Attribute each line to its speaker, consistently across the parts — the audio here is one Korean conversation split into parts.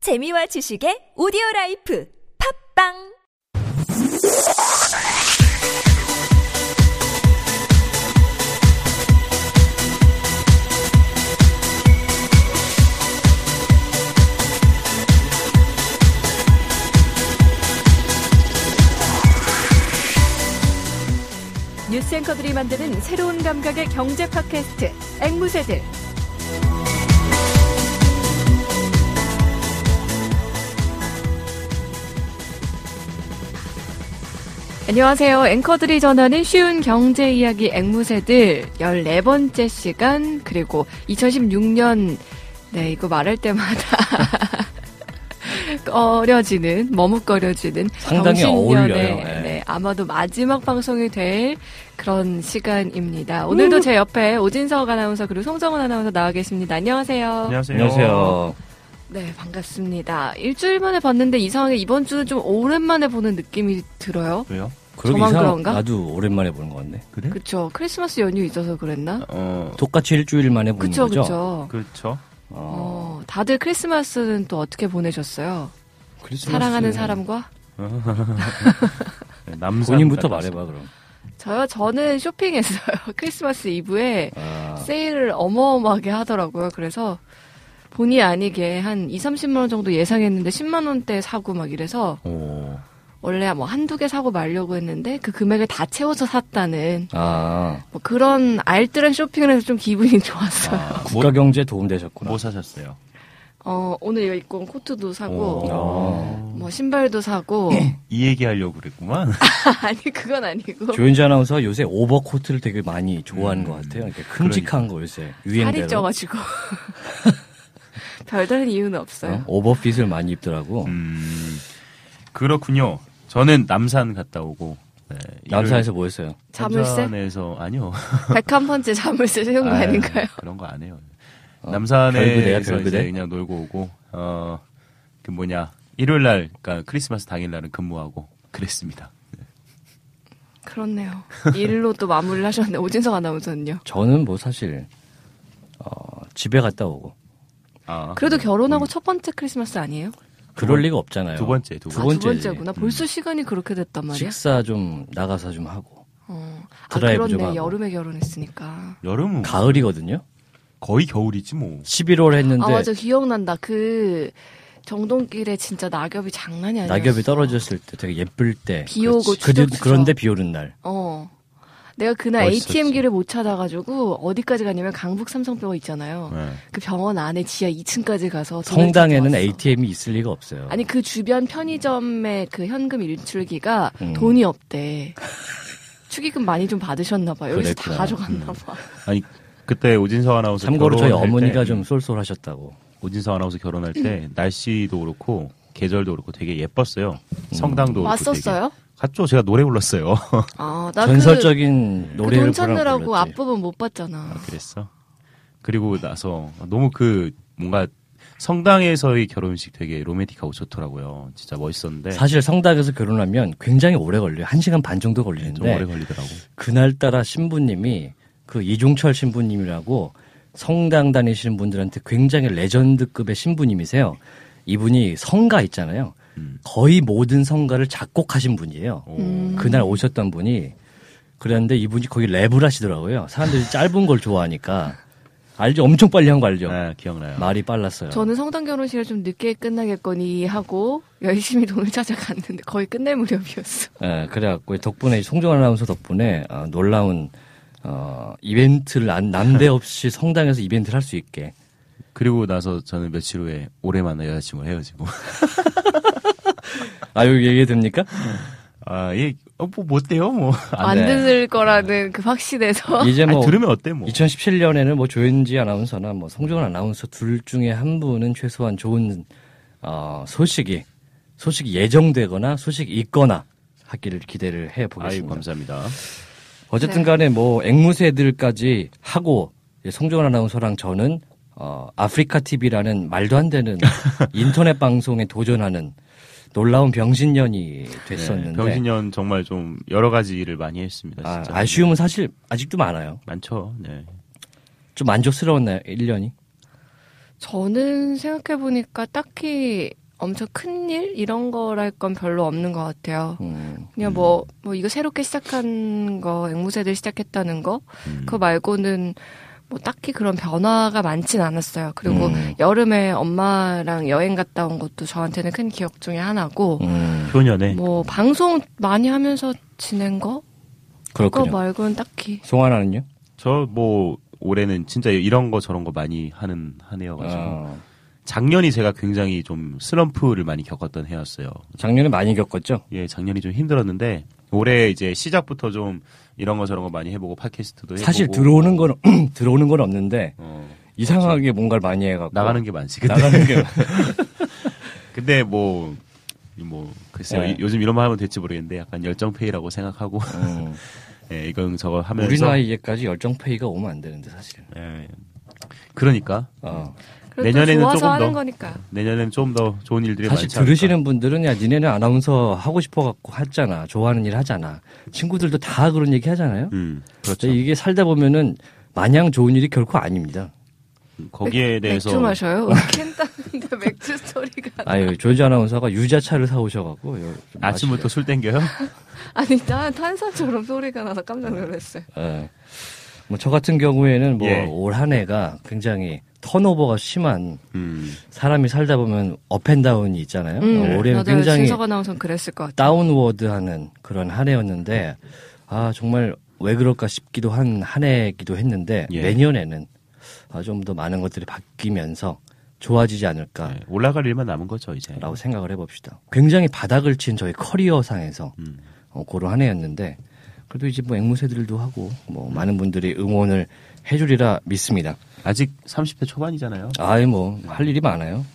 Speaker 1: 재미와 지식의 오디오 라이프 팝빵
Speaker 2: 뉴스앵커들이 만드는 새로운 감각의 경제 팟캐스트 앵무새들 안녕하세요. 앵커들이 전하는 쉬운 경제 이야기 앵무새들 14번째 시간 그리고 2016년 네, 이거 말할 때마다 꺼려지는 머뭇거려지는
Speaker 3: 상당히
Speaker 2: 정신년의,
Speaker 3: 어울려요. 네.
Speaker 2: 네, 아마도 마지막 방송이 될 그런 시간입니다. 오늘도 제 옆에 오진석 아나운서 그리고 송정훈 아나운서 나와 계십니다. 안녕하세요.
Speaker 4: 안녕하세요.
Speaker 3: 안녕하세요.
Speaker 2: 네, 반갑습니다. 일주일 만에 봤는데 이상하게 이번 주는 좀 오랜만에 보는 느낌이 들어요.
Speaker 4: 왜요?
Speaker 3: 그러게
Speaker 2: 저만
Speaker 3: 이상
Speaker 2: 그런가?
Speaker 3: 나도 오랜만에 보는 것 같네.
Speaker 4: 그래?
Speaker 2: 그쵸. 크리스마스 연휴 있어서
Speaker 3: 아,
Speaker 2: 그랬나?
Speaker 4: 어,
Speaker 3: 똑같이 일주일 만에 보는
Speaker 2: 그쵸, 그쵸.
Speaker 3: 거죠.
Speaker 4: 그렇죠.
Speaker 3: 어,
Speaker 2: 어, 다들 크리스마스는 또 어떻게 보내셨어요?
Speaker 3: 크리스마스. 네.
Speaker 2: 사랑하는 사람과?
Speaker 4: 네, 남산
Speaker 3: 본인부터
Speaker 4: 같아서.
Speaker 3: 말해봐 그럼.
Speaker 2: 저요, 저는 쇼핑했어요. 크리스마스 이브에
Speaker 3: 아,
Speaker 2: 세일을 어마어마하게 하더라고요. 그래서 본의 아니게 한 2, 30만 원 정도 예상했는데 10만 원대 사고 막 이래서
Speaker 4: 오,
Speaker 2: 원래 뭐 한두 개 사고 말려고 했는데 그 금액을 다 채워서 샀다는
Speaker 3: 아,
Speaker 2: 뭐 그런 알뜰한 쇼핑을 해서 좀 기분이 좋았어요.
Speaker 3: 국가 경제 도움 되셨구나.
Speaker 4: 뭐 사셨어요?
Speaker 2: 어, 오늘 이거 입고 온 코트도 사고,
Speaker 3: 어.
Speaker 2: 뭐 신발도 사고,
Speaker 4: 이 얘기하려고 그랬구만.
Speaker 2: 아니, 그건 아니고.
Speaker 3: 조현지 아나운서 요새 오버코트를 되게 많이 좋아하는
Speaker 4: 음.
Speaker 3: 것 같아요. 이렇게 큼직한 거 요새
Speaker 2: 살이
Speaker 3: 유행대로
Speaker 2: 쪄가지고. 별다른 이유는
Speaker 3: 어?
Speaker 2: 없어요.
Speaker 3: 오버핏을 많이 입더라고.
Speaker 4: 음, 그렇군요. 저는 남산 갔다 오고. 네,
Speaker 3: 남산에서 뭐 했어요?
Speaker 2: 자물쇠?
Speaker 4: 남산에서 아니요.
Speaker 2: 백한 번째 자물쇠 세운 거
Speaker 4: 아이,
Speaker 2: 아닌가요?
Speaker 4: 그런 거 안 해요.
Speaker 3: 어, 별그대야,
Speaker 4: 남산에서
Speaker 3: 별그대?
Speaker 4: 이제 그냥 놀고 오고 어, 그 뭐냐 일요일 날, 그러니까 크리스마스 당일 날은 근무하고 그랬습니다.
Speaker 2: 그렇네요. 일로 또 마무리를 하셨는데, 오진석 아나운서는요?
Speaker 3: 저는 뭐 사실 어, 집에 갔다 오고
Speaker 4: 아,
Speaker 2: 그래도
Speaker 3: 네. 음.
Speaker 2: 결혼하고 첫 번째 크리스마스 아니에요?
Speaker 3: 그럴
Speaker 4: 번-
Speaker 3: 리가 없잖아요.
Speaker 4: 두 번째, 두
Speaker 2: 아,
Speaker 4: 번째.
Speaker 2: 두
Speaker 3: 번째지. 음.
Speaker 2: 번째구나. 벌써 시간이 그렇게 됐단 말이야?
Speaker 3: 식사 좀 나가서 좀 하고
Speaker 2: 어. 아,
Speaker 3: 드라이브 좀
Speaker 2: 그렇네.
Speaker 3: 하고.
Speaker 2: 여름에 결혼했으니까.
Speaker 4: 여름은
Speaker 3: 가을이거든요.
Speaker 4: 거의 겨울이지 뭐.
Speaker 3: 11월 했는데
Speaker 2: 아, 맞아. 기억난다. 그 정동길에 진짜 낙엽이 장난이 아니었어.
Speaker 3: 낙엽이 떨어졌을 때 되게 예쁠 때.
Speaker 2: 비 오고
Speaker 3: 그렇지.
Speaker 2: 추적,
Speaker 3: 그,
Speaker 2: 추적.
Speaker 3: 그런데 비 오는 날.
Speaker 2: 어. 내가 그날
Speaker 3: 멋있었지.
Speaker 2: ATM기를 못 찾아가지고 어디까지 가냐면 강북 삼성병원 있잖아요.
Speaker 4: 네.
Speaker 2: 그 병원 안에 지하 2층까지 가서 돈을
Speaker 3: 성당에는
Speaker 2: 찾아왔어.
Speaker 3: ATM이 있을 리가 없어요.
Speaker 2: 아니 그 주변 편의점의 그 현금 일출기가
Speaker 3: 음.
Speaker 2: 돈이 없대. 축의금 많이 좀 받으셨나 봐. 여기서 다
Speaker 3: 그랬구나. 음.
Speaker 2: 가져갔나 봐.
Speaker 4: 아니 그때 오진서 아나운서
Speaker 3: 참고로 저희
Speaker 4: 결혼할
Speaker 3: 어머니가
Speaker 4: 때,
Speaker 3: 좀 쏠쏠하셨다고.
Speaker 4: 오진서 아나운서 결혼할
Speaker 2: 음.
Speaker 4: 때 날씨도 그렇고 계절도 그렇고 되게 예뻤어요. 성당도 그렇고
Speaker 2: 음. 왔었어요?
Speaker 4: 되게. 갔죠. 제가 노래 불렀어요.
Speaker 2: 아, 나그돈
Speaker 3: 전설적인 노래를
Speaker 2: 찾느라고
Speaker 3: 부르라고 그랬지.
Speaker 2: 앞부분 못 봤잖아.
Speaker 4: 그랬어. 그리고 나서 너무 그 뭔가 성당에서의 결혼식 되게 로맨틱하고 좋더라고요. 진짜 멋있었는데
Speaker 3: 사실 성당에서 결혼하면 굉장히 오래 걸려요. 1시간 반 정도
Speaker 4: 좀
Speaker 3: 걸리는데
Speaker 4: 오래 걸리더라고.
Speaker 3: 그날따라 신부님이 그 이종철 신부님이라고 성당 다니시는 분들한테 굉장히 레전드급의 신부님이세요. 이분이 성가 있잖아요.
Speaker 4: 음.
Speaker 3: 거의 모든 성가를 작곡하신 분이에요.
Speaker 4: 오.
Speaker 2: 음.
Speaker 3: 그날 오셨던 분이 그랬는데 이분이 거기 랩을 하시더라고요. 사람들이 짧은 걸 좋아하니까 알죠? 엄청 빨리 한 거 알죠?
Speaker 4: 네, 기억나요.
Speaker 3: 말이 빨랐어요.
Speaker 2: 저는 성당 결혼식을 좀 늦게 끝나겠거니 하고 열심히 돈을 찾아갔는데 거의 끝날 무렵이었어.
Speaker 3: 예, 그래갖고 덕분에 송정환 아나운서 덕분에 어, 놀라운 어, 이벤트를 안- 남대없이 성당에서 이벤트를 할 수 있게
Speaker 4: 그리고 나서 저는 며칠 후에 오랜만에 여자친구 헤어지고
Speaker 3: 아 여기 얘기 됩니까?
Speaker 4: 아예뭐 못돼요 뭐.
Speaker 2: 안
Speaker 3: 네.
Speaker 2: 들을 거라는 그 확신에서
Speaker 3: 이제
Speaker 4: 아니,
Speaker 3: 뭐
Speaker 4: 들으면 어때 뭐.
Speaker 3: 2017년에는 뭐 조현지 아나운서나 뭐 송정환 아나운서 둘 중에 한 분은 최소한 좋은 어, 소식이 소식이 예정되거나 소식이 있거나 하기를 기대를 해
Speaker 4: 아유
Speaker 3: 보겠습니다.
Speaker 4: 감사합니다.
Speaker 3: 어쨌든 간에 뭐 앵무새들까지 하고 이제 송정환 아나운서랑 저는 어, 아프리카 TV라는 말도 안 되는 인터넷 방송에 도전하는 놀라운 병신년이 됐었는데
Speaker 4: 네, 병신년 정말 좀 여러 가지 일을 많이 했습니다.
Speaker 3: 아,
Speaker 4: 진짜.
Speaker 3: 아쉬움은 사실 아직도 많아요.
Speaker 4: 많죠. 네.
Speaker 3: 좀 만족스러웠나요? 1년이?
Speaker 2: 저는 생각해보니까 딱히 엄청 큰일? 이런 거랄 건 별로 없는 것 같아요.
Speaker 3: 음.
Speaker 2: 그냥 뭐, 뭐 이거 새롭게 시작한 거, 앵무새들 시작했다는 거,
Speaker 4: 음.
Speaker 2: 그거 말고는 뭐 딱히 그런 변화가 많진 않았어요. 그리고
Speaker 3: 음.
Speaker 2: 여름에 엄마랑 여행 갔다 온 것도 저한테는 큰 기억 중에 하나고,
Speaker 3: 음.
Speaker 4: 효녀네.
Speaker 2: 뭐 방송 많이 하면서 지낸 거? 그거
Speaker 3: 그렇군요.
Speaker 2: 말고는 딱히.
Speaker 3: 송하나는요?
Speaker 4: 저 뭐 올해는 진짜 이런 거 저런 거 많이 하는 한 해여가지고
Speaker 3: 어,
Speaker 4: 작년이 제가 굉장히 좀 슬럼프를 많이 겪었던 해였어요.
Speaker 3: 작년에 많이 겪었죠.
Speaker 4: 예, 작년이 좀 힘들었는데 올해 이제 시작부터 좀 이런 거 저런 거 많이 해보고 팟캐스트도 해보고
Speaker 3: 사실 들어오는 건 들어오는 건 없는데
Speaker 4: 어,
Speaker 3: 이상하게 뭔가를 많이 해갖고
Speaker 4: 나가는 게 많지. 근데,
Speaker 3: 나가는 게
Speaker 4: 근데 뭐. 뭐 글쎄요
Speaker 3: 예.
Speaker 4: 이- 요즘 이런 말 하면 될지 모르겠는데 약간 열정페이라고 생각하고
Speaker 3: 음.
Speaker 4: 예, 이건 저거 하면서
Speaker 3: 우리 나이에까지 열정 페이가 오면 안 되는데 사실은.
Speaker 4: 예. 그러니까
Speaker 3: 어.
Speaker 2: 그래도
Speaker 4: 내년에는
Speaker 2: 좋아서
Speaker 4: 조금
Speaker 2: 하는
Speaker 4: 더.
Speaker 2: 거니까.
Speaker 4: 내년엔 좀 더 좋은 일들이
Speaker 3: 사실
Speaker 4: 많지 않을까.
Speaker 3: 들으시는 분들은 야 니네는 아나운서 하고 싶어갖고 했잖아 좋아하는 일 하잖아 친구들도 다 그런 얘기 하잖아요.
Speaker 4: 음, 그렇죠.
Speaker 3: 근데 이게 살다 보면은 마냥 좋은 일이 결코 아닙니다.
Speaker 4: 거기에 대해서
Speaker 2: 맥주 마셔요? 캔 따는데 맥주 소리가.
Speaker 3: 아유 조지 아나운서가 유자차를 사오셔갖고 요- 좀
Speaker 4: 아침부터 술 땡겨요?
Speaker 2: 아니, 난 탄산처럼 소리가 나서 깜짝 놀랐어요.
Speaker 3: 예. 뭐저 같은 경우에는 뭐
Speaker 4: 예.
Speaker 3: 올 한 해가 굉장히 턴오버가 심한
Speaker 4: 음.
Speaker 3: 사람이 살다 보면 업앤다운이 있잖아요. 어, 올해는
Speaker 2: 음. 맞아요.
Speaker 3: 굉장히
Speaker 2: 진서가 나와서 그랬을 것 같아요.
Speaker 3: 다운워드하는 그런 한 해였는데 아 정말 왜 그럴까 싶기도 한 한 해이기도 했는데
Speaker 4: 예.
Speaker 3: 내년에는 아, 좀 더 많은 것들이 바뀌면서 좋아지지 않을까라고
Speaker 4: 네, 올라갈 일만 남은 거죠 이제.
Speaker 3: 생각을 해봅시다. 굉장히 바닥을 친 저희 커리어상에서
Speaker 4: 음.
Speaker 3: 어, 고로 한 해였는데 그래도 이제 뭐 앵무새들도 하고 뭐 많은 분들이 응원을 해주리라 믿습니다.
Speaker 4: 아직 30대 초반이잖아요.
Speaker 3: 아이 뭐 할 일이 많아요.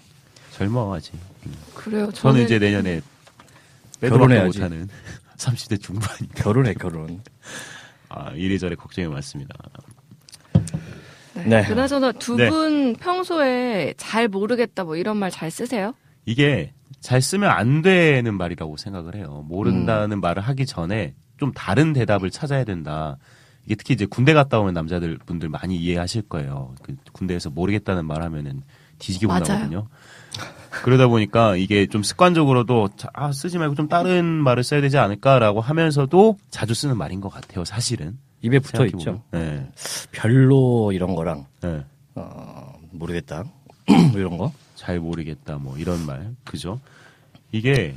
Speaker 4: 젊어 아직. 음.
Speaker 2: 그래요.
Speaker 4: 저는
Speaker 2: 저는,
Speaker 4: 이제 내년에 빼도 박도
Speaker 3: 결혼해야지.
Speaker 4: 못하는 30대 중반이니까
Speaker 3: 결혼해 결혼.
Speaker 4: 아, 이래저래 걱정이 많습니다.
Speaker 2: 네.
Speaker 3: 네.
Speaker 2: 그나저나 두
Speaker 4: 네.
Speaker 2: 분 평소에 잘 모르겠다 뭐 이런 말 잘 쓰세요?
Speaker 4: 이게 잘 쓰면 안 되는 말이라고 생각을 해요. 모른다는
Speaker 2: 음.
Speaker 4: 말을 하기 전에 좀 다른 대답을 찾아야 된다. 이게 특히 이제 군대 갔다 오는 남자들 분들 많이 이해하실 거예요. 그 군대에서 모르겠다는 말 하면은 뒤지게
Speaker 2: 맞아요.
Speaker 4: 혼나거든요. 그러다 보니까 이게 좀 습관적으로도 자- 아, 쓰지 말고 좀 다른 말을 써야 되지 않을까라고 하면서도 자주 쓰는 말인 것 같아요. 사실은
Speaker 3: 입에 붙어
Speaker 4: 생각해보면.
Speaker 3: 있죠.
Speaker 4: 네.
Speaker 3: 별로 이런 거랑
Speaker 4: 네.
Speaker 3: 어, 모르겠다 이런 거.
Speaker 4: 잘 모르겠다 뭐 이런 말 그죠? 이게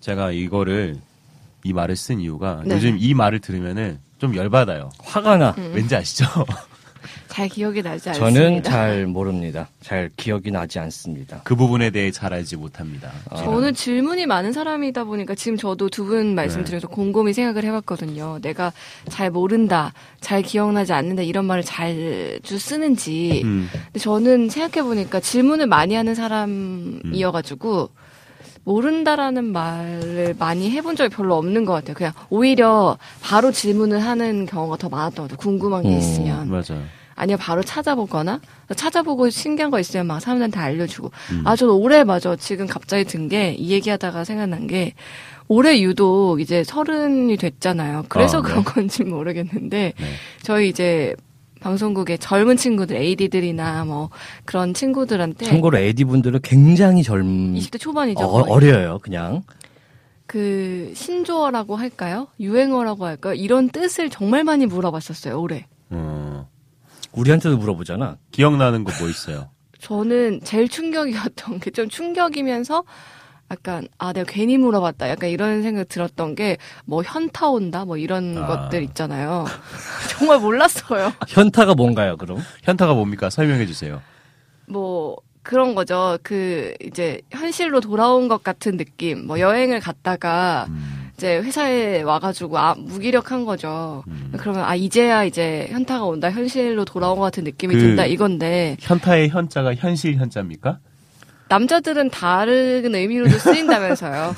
Speaker 4: 제가 이거를 이 말을 쓴 이유가
Speaker 2: 네.
Speaker 4: 요즘 이 말을 들으면은 좀 열받아요.
Speaker 3: 화가 나.
Speaker 4: 왠지 아시죠?
Speaker 2: 음, 잘 기억이 나지 않습니다.
Speaker 3: 저는 잘 모릅니다. 잘 기억이 나지 않습니다.
Speaker 4: 그 부분에 대해 잘 알지 못합니다.
Speaker 2: 저는 질문이 많은 사람이다 보니까 지금 저도 두 분 말씀
Speaker 4: 네.
Speaker 2: 드려서 곰곰이 생각을 해봤거든요. 내가 잘 모른다, 잘 기억나지 않는다 이런 말을 잘주 쓰는지.
Speaker 4: 음,
Speaker 2: 근데 저는 생각해보니까 질문을 많이 하는 사람이어가지고 모른다라는 말을 많이 해본 적이 별로 없는 것 같아요. 그냥 오히려 바로 질문을 하는 경우가 더 많았던 것 같아요. 궁금한 게
Speaker 4: 어,
Speaker 3: 음,
Speaker 2: 있으면.
Speaker 4: 맞아요.
Speaker 2: 아니면 바로 찾아보거나 찾아보고 신기한 거 있으면 막 사람들한테 알려주고
Speaker 4: 음.
Speaker 2: 아 저는 올해 맞아 지금 갑자기 든 게 이 얘기하다가 생각난 게 올해 유독 이제 서른이 됐잖아요 그래서
Speaker 4: 아, 네.
Speaker 2: 그런 건지 모르겠는데
Speaker 4: 네.
Speaker 2: 저희 이제 방송국의 젊은 친구들 AD들이나 뭐 그런 친구들한테
Speaker 3: 참고로 AD 분들은 굉장히 젊
Speaker 2: 20대 네. 초반이죠 거의.
Speaker 3: 어, 어려요 그냥.
Speaker 2: 그 신조어라고 할까요 유행어라고 할까요 이런 뜻을 정말 많이 물어봤었어요 올해
Speaker 4: 어,
Speaker 3: 우리한테도 물어보잖아.
Speaker 4: 기억나는 거 뭐 있어요?
Speaker 2: 저는 제일 충격이었던 게 좀 충격이면서 약간 아 내가 괜히 물어봤다 약간 이런 생각 들었던 게 뭐 현타 온다 뭐 이런
Speaker 4: 아.
Speaker 2: 것들 있잖아요 정말 몰랐어요
Speaker 3: 현타가 뭔가요 그럼?
Speaker 4: 현타가 뭡니까? 설명해 주세요.
Speaker 2: 뭐 그런 거죠 그 이제 현실로 돌아온 것 같은 느낌 뭐 여행을 갔다가
Speaker 4: 음,
Speaker 2: 이제 회사에 와가지고 아 무기력한 거죠
Speaker 4: 음.
Speaker 2: 그러면 아 이제야 이제 현타가 온다 현실로 돌아온 것 같은 느낌이
Speaker 4: 그-
Speaker 2: 든다 이건데
Speaker 4: 현타의 현자가 현실 현자입니까?
Speaker 2: 남자들은 다른 의미로도 쓰인다면서요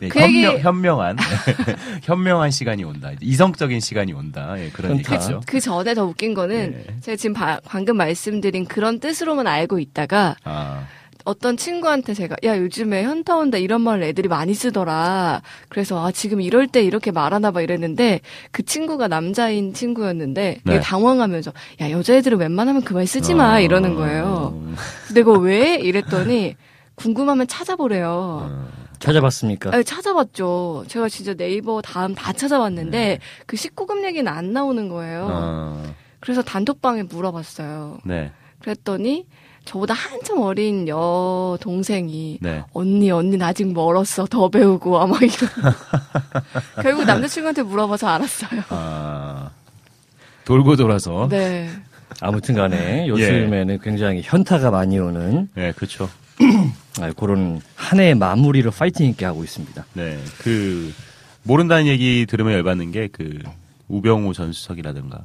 Speaker 4: 네,
Speaker 2: 그
Speaker 4: 현명,
Speaker 2: 얘기-
Speaker 4: 현명한 현명한 시간이 온다. 이성적인 시간이 온다. 예, 그런
Speaker 3: 현타.
Speaker 4: 얘기죠.
Speaker 2: 그 전에 더 웃긴 거는
Speaker 4: 예.
Speaker 2: 제가 지금 바- 방금 말씀드린 그런 뜻으로만 알고 있다가
Speaker 4: 아,
Speaker 2: 어떤 친구한테 제가 야 요즘에 현타 온다 이런 말을 애들이 많이 쓰더라. 그래서 아 지금 이럴 때 이렇게 말하나 봐 이랬는데 그 친구가 남자인 친구였는데 되게
Speaker 4: 네.
Speaker 2: 당황하면서 야 여자애들은 웬만하면 그 말 쓰지 마
Speaker 4: 아,
Speaker 2: 이러는 거예요. 근데 이거 왜 이랬더니 궁금하면 찾아보래요.
Speaker 4: 어.
Speaker 3: 찾아봤습니까?
Speaker 2: 아니, 찾아봤죠. 제가 진짜 네이버 다음 다 찾아봤는데
Speaker 4: 네.
Speaker 2: 그 19금 얘기는 안 나오는 거예요.
Speaker 4: 어.
Speaker 2: 그래서 단톡방에 물어봤어요.
Speaker 4: 네.
Speaker 2: 그랬더니 저보다 한참 어린 여 동생이
Speaker 4: 네.
Speaker 2: 언니 언니 나 아직 멀었어 더 배우고 아마 이런 결국 남자친구한테 물어봐서 알았어요.
Speaker 4: 아. 돌고
Speaker 3: 어?
Speaker 4: 돌아서. 네.
Speaker 2: 네.
Speaker 4: 예.
Speaker 3: 아무튼간에 요즘에는 굉장히 현타가 많이 오는
Speaker 4: 그렇죠.
Speaker 3: 아, 그런 한 해의 마무리를 파이팅 있게 하고 있습니다.
Speaker 4: 네. 그 모른다는 얘기 들으면 열받는 게 그 우병우 전 수석이라든가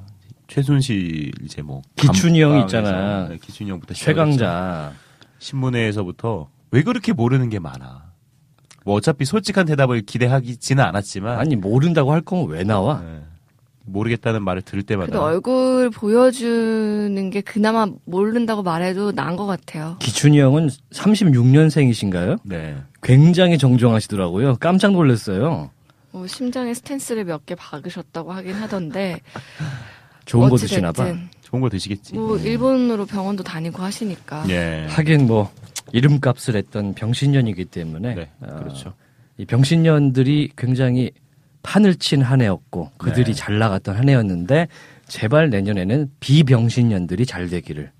Speaker 4: 최순실 이제 뭐
Speaker 3: 기춘이
Speaker 4: 감방에서,
Speaker 3: 형 있잖아.
Speaker 4: 네, 기춘이 형부터 시작했죠. 그렇죠.
Speaker 3: 최강자
Speaker 4: 신문회에서부터 왜 그렇게 모르는 게 많아. 뭐 어차피 솔직한 대답을 기대하기지는 않았지만
Speaker 3: 아니 모른다고 할 거면 왜 나와?
Speaker 4: 네. 모르겠다는 말을 들을
Speaker 2: 근데
Speaker 4: 때마다
Speaker 2: 얼굴 보여주는 게 그나마 모른다고 말해도 나은 것 같아요.
Speaker 3: 기춘이 형은 36년생이신가요?
Speaker 4: 네.
Speaker 3: 굉장히 정정하시더라고요. 깜짝 놀랐어요.
Speaker 2: 뭐 심장에 스탠스를 몇 개 박으셨다고 하긴 하던데
Speaker 3: 아, 좋은 거
Speaker 2: 어찌됐든
Speaker 3: 드시나 봐. 네.
Speaker 4: 좋은 거 드시겠지.
Speaker 2: 뭐 일본으로 병원도 다니고 하시니까.
Speaker 4: 예.
Speaker 3: 하긴 뭐 이름값을 했던 병신년이기 때문에 아,
Speaker 4: 네, 그렇죠.
Speaker 3: 이 병신년들이 굉장히 판을 친 한 해였고 그들이
Speaker 4: 네.
Speaker 3: 잘 나갔던 한 해였는데 제발 내년에는 비병신년들이 잘 되기를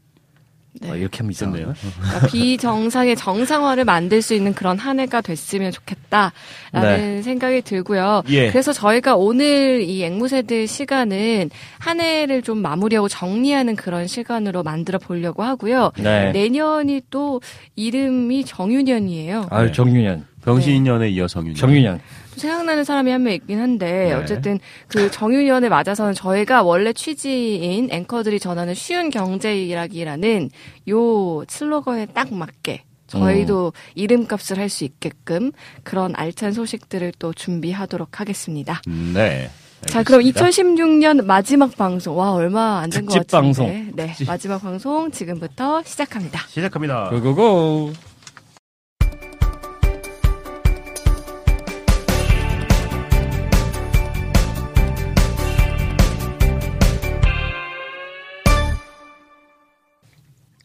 Speaker 2: 네.
Speaker 3: 어, 이렇게 하면 이상해요.
Speaker 4: 있었네요.
Speaker 2: 그러니까 비정상의 정상화를 만들 수 있는 그런 한 해가 됐으면 좋겠다라는
Speaker 3: 네.
Speaker 2: 생각이 들고요.
Speaker 4: 예.
Speaker 2: 그래서 저희가 오늘 이 앵무새들 시간은 한 해를 좀 마무리하고 정리하는 그런 시간으로 만들어 보려고 하고요.
Speaker 3: 네.
Speaker 2: 내년이 또 이름이 정유년이에요.
Speaker 3: 아유
Speaker 4: 네.
Speaker 3: 정윤현,
Speaker 4: 병신년에 이어 정윤.
Speaker 3: 정윤현.
Speaker 2: 생각나는 사람이 한 명 있긴 한데
Speaker 4: 네.
Speaker 2: 어쨌든 그 정유년에 맞아서는 저희가 원래 취지인 앵커들이 전하는 쉬운 경제 이야기라는 요 슬로건에 딱 맞게 저희도
Speaker 4: 음.
Speaker 2: 이름값을 할 수 있게끔 그런 알찬 소식들을 또 준비하도록 하겠습니다.
Speaker 4: 네.
Speaker 2: 자, 그럼
Speaker 4: 알겠습니다.
Speaker 2: 2016년 마지막 방송. 와, 얼마 안 된 것 같은데.
Speaker 3: 특집 방송.
Speaker 2: 네,
Speaker 4: 특집.
Speaker 2: 마지막 방송 지금부터 시작합니다.
Speaker 4: 시작합니다.
Speaker 3: 그- 고고고.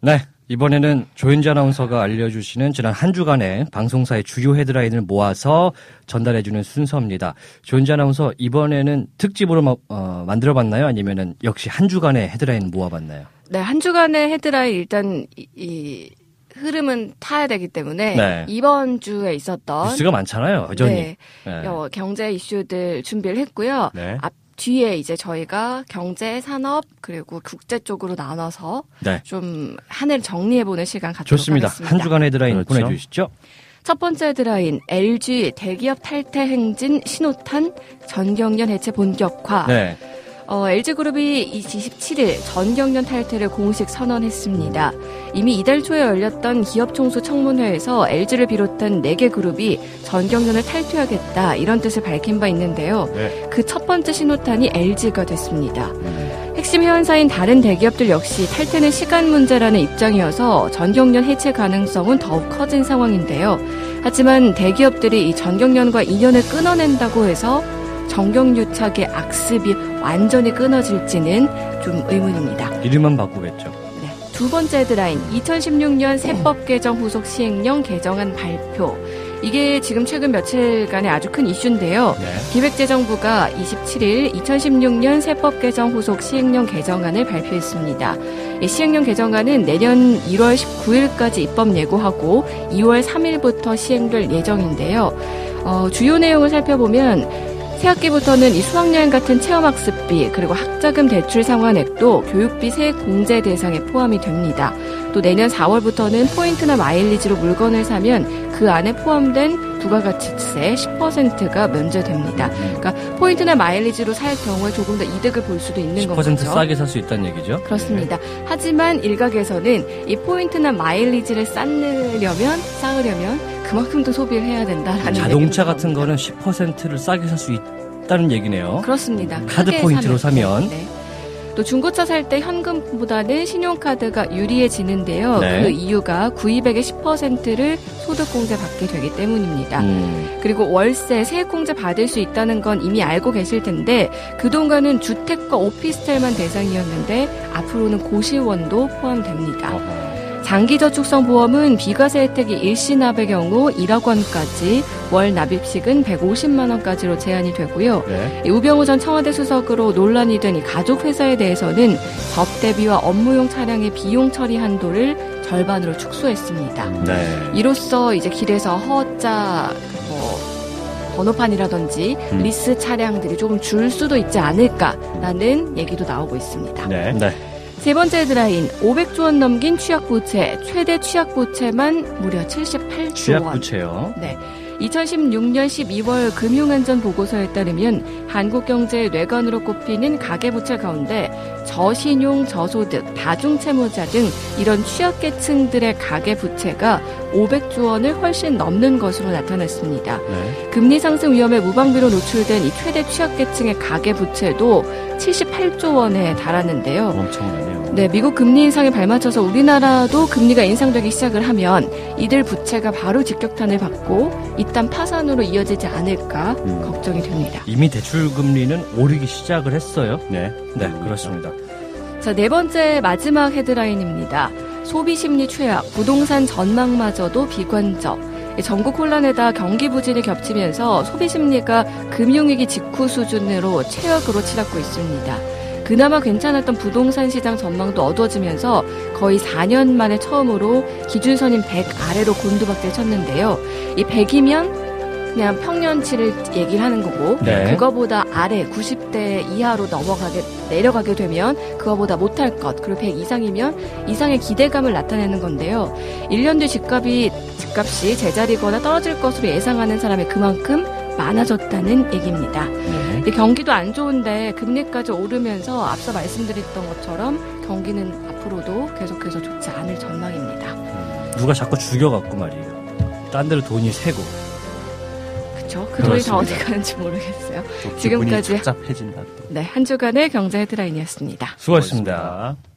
Speaker 3: 네. 이번에는 조윤지 아나운서가 알려주시는 지난 한 주간의 방송사의 주요 헤드라인을 모아서 전달해주는 순서입니다. 조윤지 아나운서 이번에는 특집으로 마- 어, 만들어봤나요? 아니면은 역시 한 주간의 헤드라인 모아봤나요?
Speaker 2: 네, 한 주간의 헤드라인 일단 이, 이 흐름은 타야 되기 때문에
Speaker 3: 네.
Speaker 2: 이번 주에 있었던
Speaker 3: 뉴스가 많잖아요, 여전히.
Speaker 2: 네,
Speaker 3: 네.
Speaker 2: 여- 경제 이슈들 준비를 했고요.
Speaker 4: 네.
Speaker 2: 앞 뒤에 이제 저희가 경제, 산업 그리고 국제 쪽으로 나눠서
Speaker 3: 네.
Speaker 2: 좀 한 해를 정리해 보는 시간 갖도록
Speaker 3: 좋습니다.
Speaker 2: 하겠습니다.
Speaker 3: 한 주간 헤드라인
Speaker 4: 그렇죠.
Speaker 3: 보내주시죠.
Speaker 2: 첫 번째 헤드라인 LG 대기업 탈퇴 행진 신호탄 전경련 해체 본격화.
Speaker 3: 네.
Speaker 2: 어, LG그룹이 27일 전경련 탈퇴를 공식 선언했습니다. 이미 이달 초에 열렸던 기업 총수 청문회에서 LG를 비롯한 4개 그룹이 전경련을 탈퇴하겠다 이런 뜻을 밝힌 바 있는데요.
Speaker 4: 네.
Speaker 2: 그 첫 번째 신호탄이 LG가 됐습니다.
Speaker 3: 네.
Speaker 4: 음,
Speaker 2: 핵심 회원사인 다른 대기업들 역시 탈퇴는 시간 문제라는 입장이어서 전경련 해체 가능성은 더욱 커진 상황인데요. 하지만 대기업들이 이 전경련과 인연을 끊어낸다고 해서 정경유착의 악습이 완전히 끊어질지는 좀 의문입니다.
Speaker 3: 이름만 바꾸겠죠.
Speaker 2: 네. 두 번째 헤드라인 2016년 세법 개정 후속 시행령 개정안 발표. 이게 지금 최근 며칠간의 아주 큰 이슈인데요.
Speaker 3: 네.
Speaker 2: 기획재정부가 27일 2016년 세법 개정 후속 시행령 개정안을 발표했습니다. 이 예, 시행령 개정안은 내년 1월 19일까지 입법 예고하고 2월 3일부터 시행될 예정인데요. 어, 주요 내용을 살펴보면 새학기부터는 이 수학여행 같은 체험학습비 그리고 학자금 대출 상환액도 교육비 세액 공제 대상에 포함이 됩니다. 또 내년 4월부터는 포인트나 마일리지로 물건을 사면 그 안에 포함된 부가가치세 10%가 면제됩니다. 그러니까 포인트나 마일리지로 살 경우에 조금 더 이득을 볼 수도 있는
Speaker 3: 10%
Speaker 2: 거죠.
Speaker 3: 싸게 살 수 있다는 얘기죠.
Speaker 2: 그렇습니다. 하지만 일각에서는 이 포인트나 마일리지를 쌓으려면 쌓으려면 그만큼 더 소비를 해야 된다라는
Speaker 3: 그렇죠. 자동차
Speaker 2: 얘기도
Speaker 3: 같은
Speaker 2: 나옵니다.
Speaker 3: 거는 10%를 싸게 살 수 있다는 얘기네요.
Speaker 2: 그렇습니다.
Speaker 3: 카드
Speaker 2: 크게
Speaker 3: 포인트로 사면.
Speaker 2: 네. 또 중고차 살 때 현금보다는 신용카드가 유리해지는데요.
Speaker 3: 네.
Speaker 2: 그 이유가 구입액의 10%를 소득공제 받게 되기 때문입니다.
Speaker 3: 음,
Speaker 2: 그리고 월세, 세액공제 받을 수 있다는 건 이미 알고 계실 텐데 그동안은 주택과 오피스텔만 대상이었는데 앞으로는 고시원도 포함됩니다.
Speaker 3: 어허.
Speaker 2: 장기저축성 보험은 비과세 혜택이 일시납의 경우 1억 원까지, 월 납입식은 150만 원까지로 제한이 되고요.
Speaker 3: 네.
Speaker 2: 이 우병우 전 청와대 수석으로 논란이 된 이 가족회사에 대해서는 접대비와 업무용 차량의 비용 처리 한도를 절반으로 축소했습니다.
Speaker 3: 네.
Speaker 2: 이로써 이제 길에서 허자 뭐 번호판이라든지
Speaker 4: 음.
Speaker 2: 리스 차량들이 조금 줄 수도 있지 않을까라는 얘기도 나오고 있습니다.
Speaker 3: 네. 네.
Speaker 2: 세 번째 드라인 500조 원 넘긴 취약 부채 최대 취약 부채만 무려 78조
Speaker 3: 취약
Speaker 2: 원.
Speaker 3: 부채요.
Speaker 2: 2016년 12월 금융안전 보고서에 따르면 한국 경제의 뇌관으로 꼽히는 가계부채 가운데 저신용, 저소득, 다중채무자 등 이런 취약계층들의 가계부채가 500조 원을 훨씬 넘는 것으로 나타났습니다.
Speaker 3: 네.
Speaker 2: 금리 상승 위험에 무방비로 노출된 이 최대 취약계층의 가계부채도 78조 원에 달하는데요.
Speaker 3: 엄청나네요.
Speaker 2: 네, 미국 금리 인상에 발맞춰서 우리나라도 금리가 인상되기 시작을 하면 이들 부채가 바로 직격탄을 받고 이딴 파산으로 이어지지 않을까
Speaker 4: 음.
Speaker 2: 걱정이 됩니다.
Speaker 3: 이미 대출 금리는 오르기 시작을 했어요.
Speaker 4: 네.
Speaker 3: 네, 그렇습니다.
Speaker 2: 자, 네 번째 마지막 헤드라인입니다. 소비 심리 최악, 부동산 전망마저도 비관적. 이 전국 혼란에다 경기 부진이 겹치면서 소비 심리가 금융위기 직후 수준으로 최악으로 치닫고 있습니다. 그나마 괜찮았던 부동산 시장 전망도 어두워지면서 거의 4년 만에 처음으로 기준선인 100 아래로 곤두박질 쳤는데요. 이 100이면 그냥 평년치를 얘기를 하는 거고
Speaker 3: 네.
Speaker 2: 그거보다 아래 90대 이하로 넘어가게 내려가게 되면 그거보다 못할 것 그리고 100 이상이면 이상의 기대감을 나타내는 건데요. 1년 뒤 집값이 집값이 제자리거나 떨어질 것으로 예상하는 사람이 그만큼 많아졌다는 얘기입니다.
Speaker 3: 네.
Speaker 2: 근데 경기도 안 좋은데 금리까지 오르면서 앞서 말씀드렸던 것처럼 경기는 앞으로도 계속해서 좋지 않을 전망입니다.
Speaker 3: 누가 자꾸 죽여갖고 말이에요. 딴 데로 돈이 새고.
Speaker 2: 그렇죠? 그 돈이 다 어디
Speaker 3: 그렇습니다.
Speaker 2: 가는지 모르겠어요.
Speaker 4: 또 기분이
Speaker 2: 지금까지-
Speaker 4: 착잡해진다. 또.
Speaker 2: 네, 한 주간의 경제 헤드라인이었습니다.
Speaker 3: 수고하셨습니다.
Speaker 4: 고맙습니다.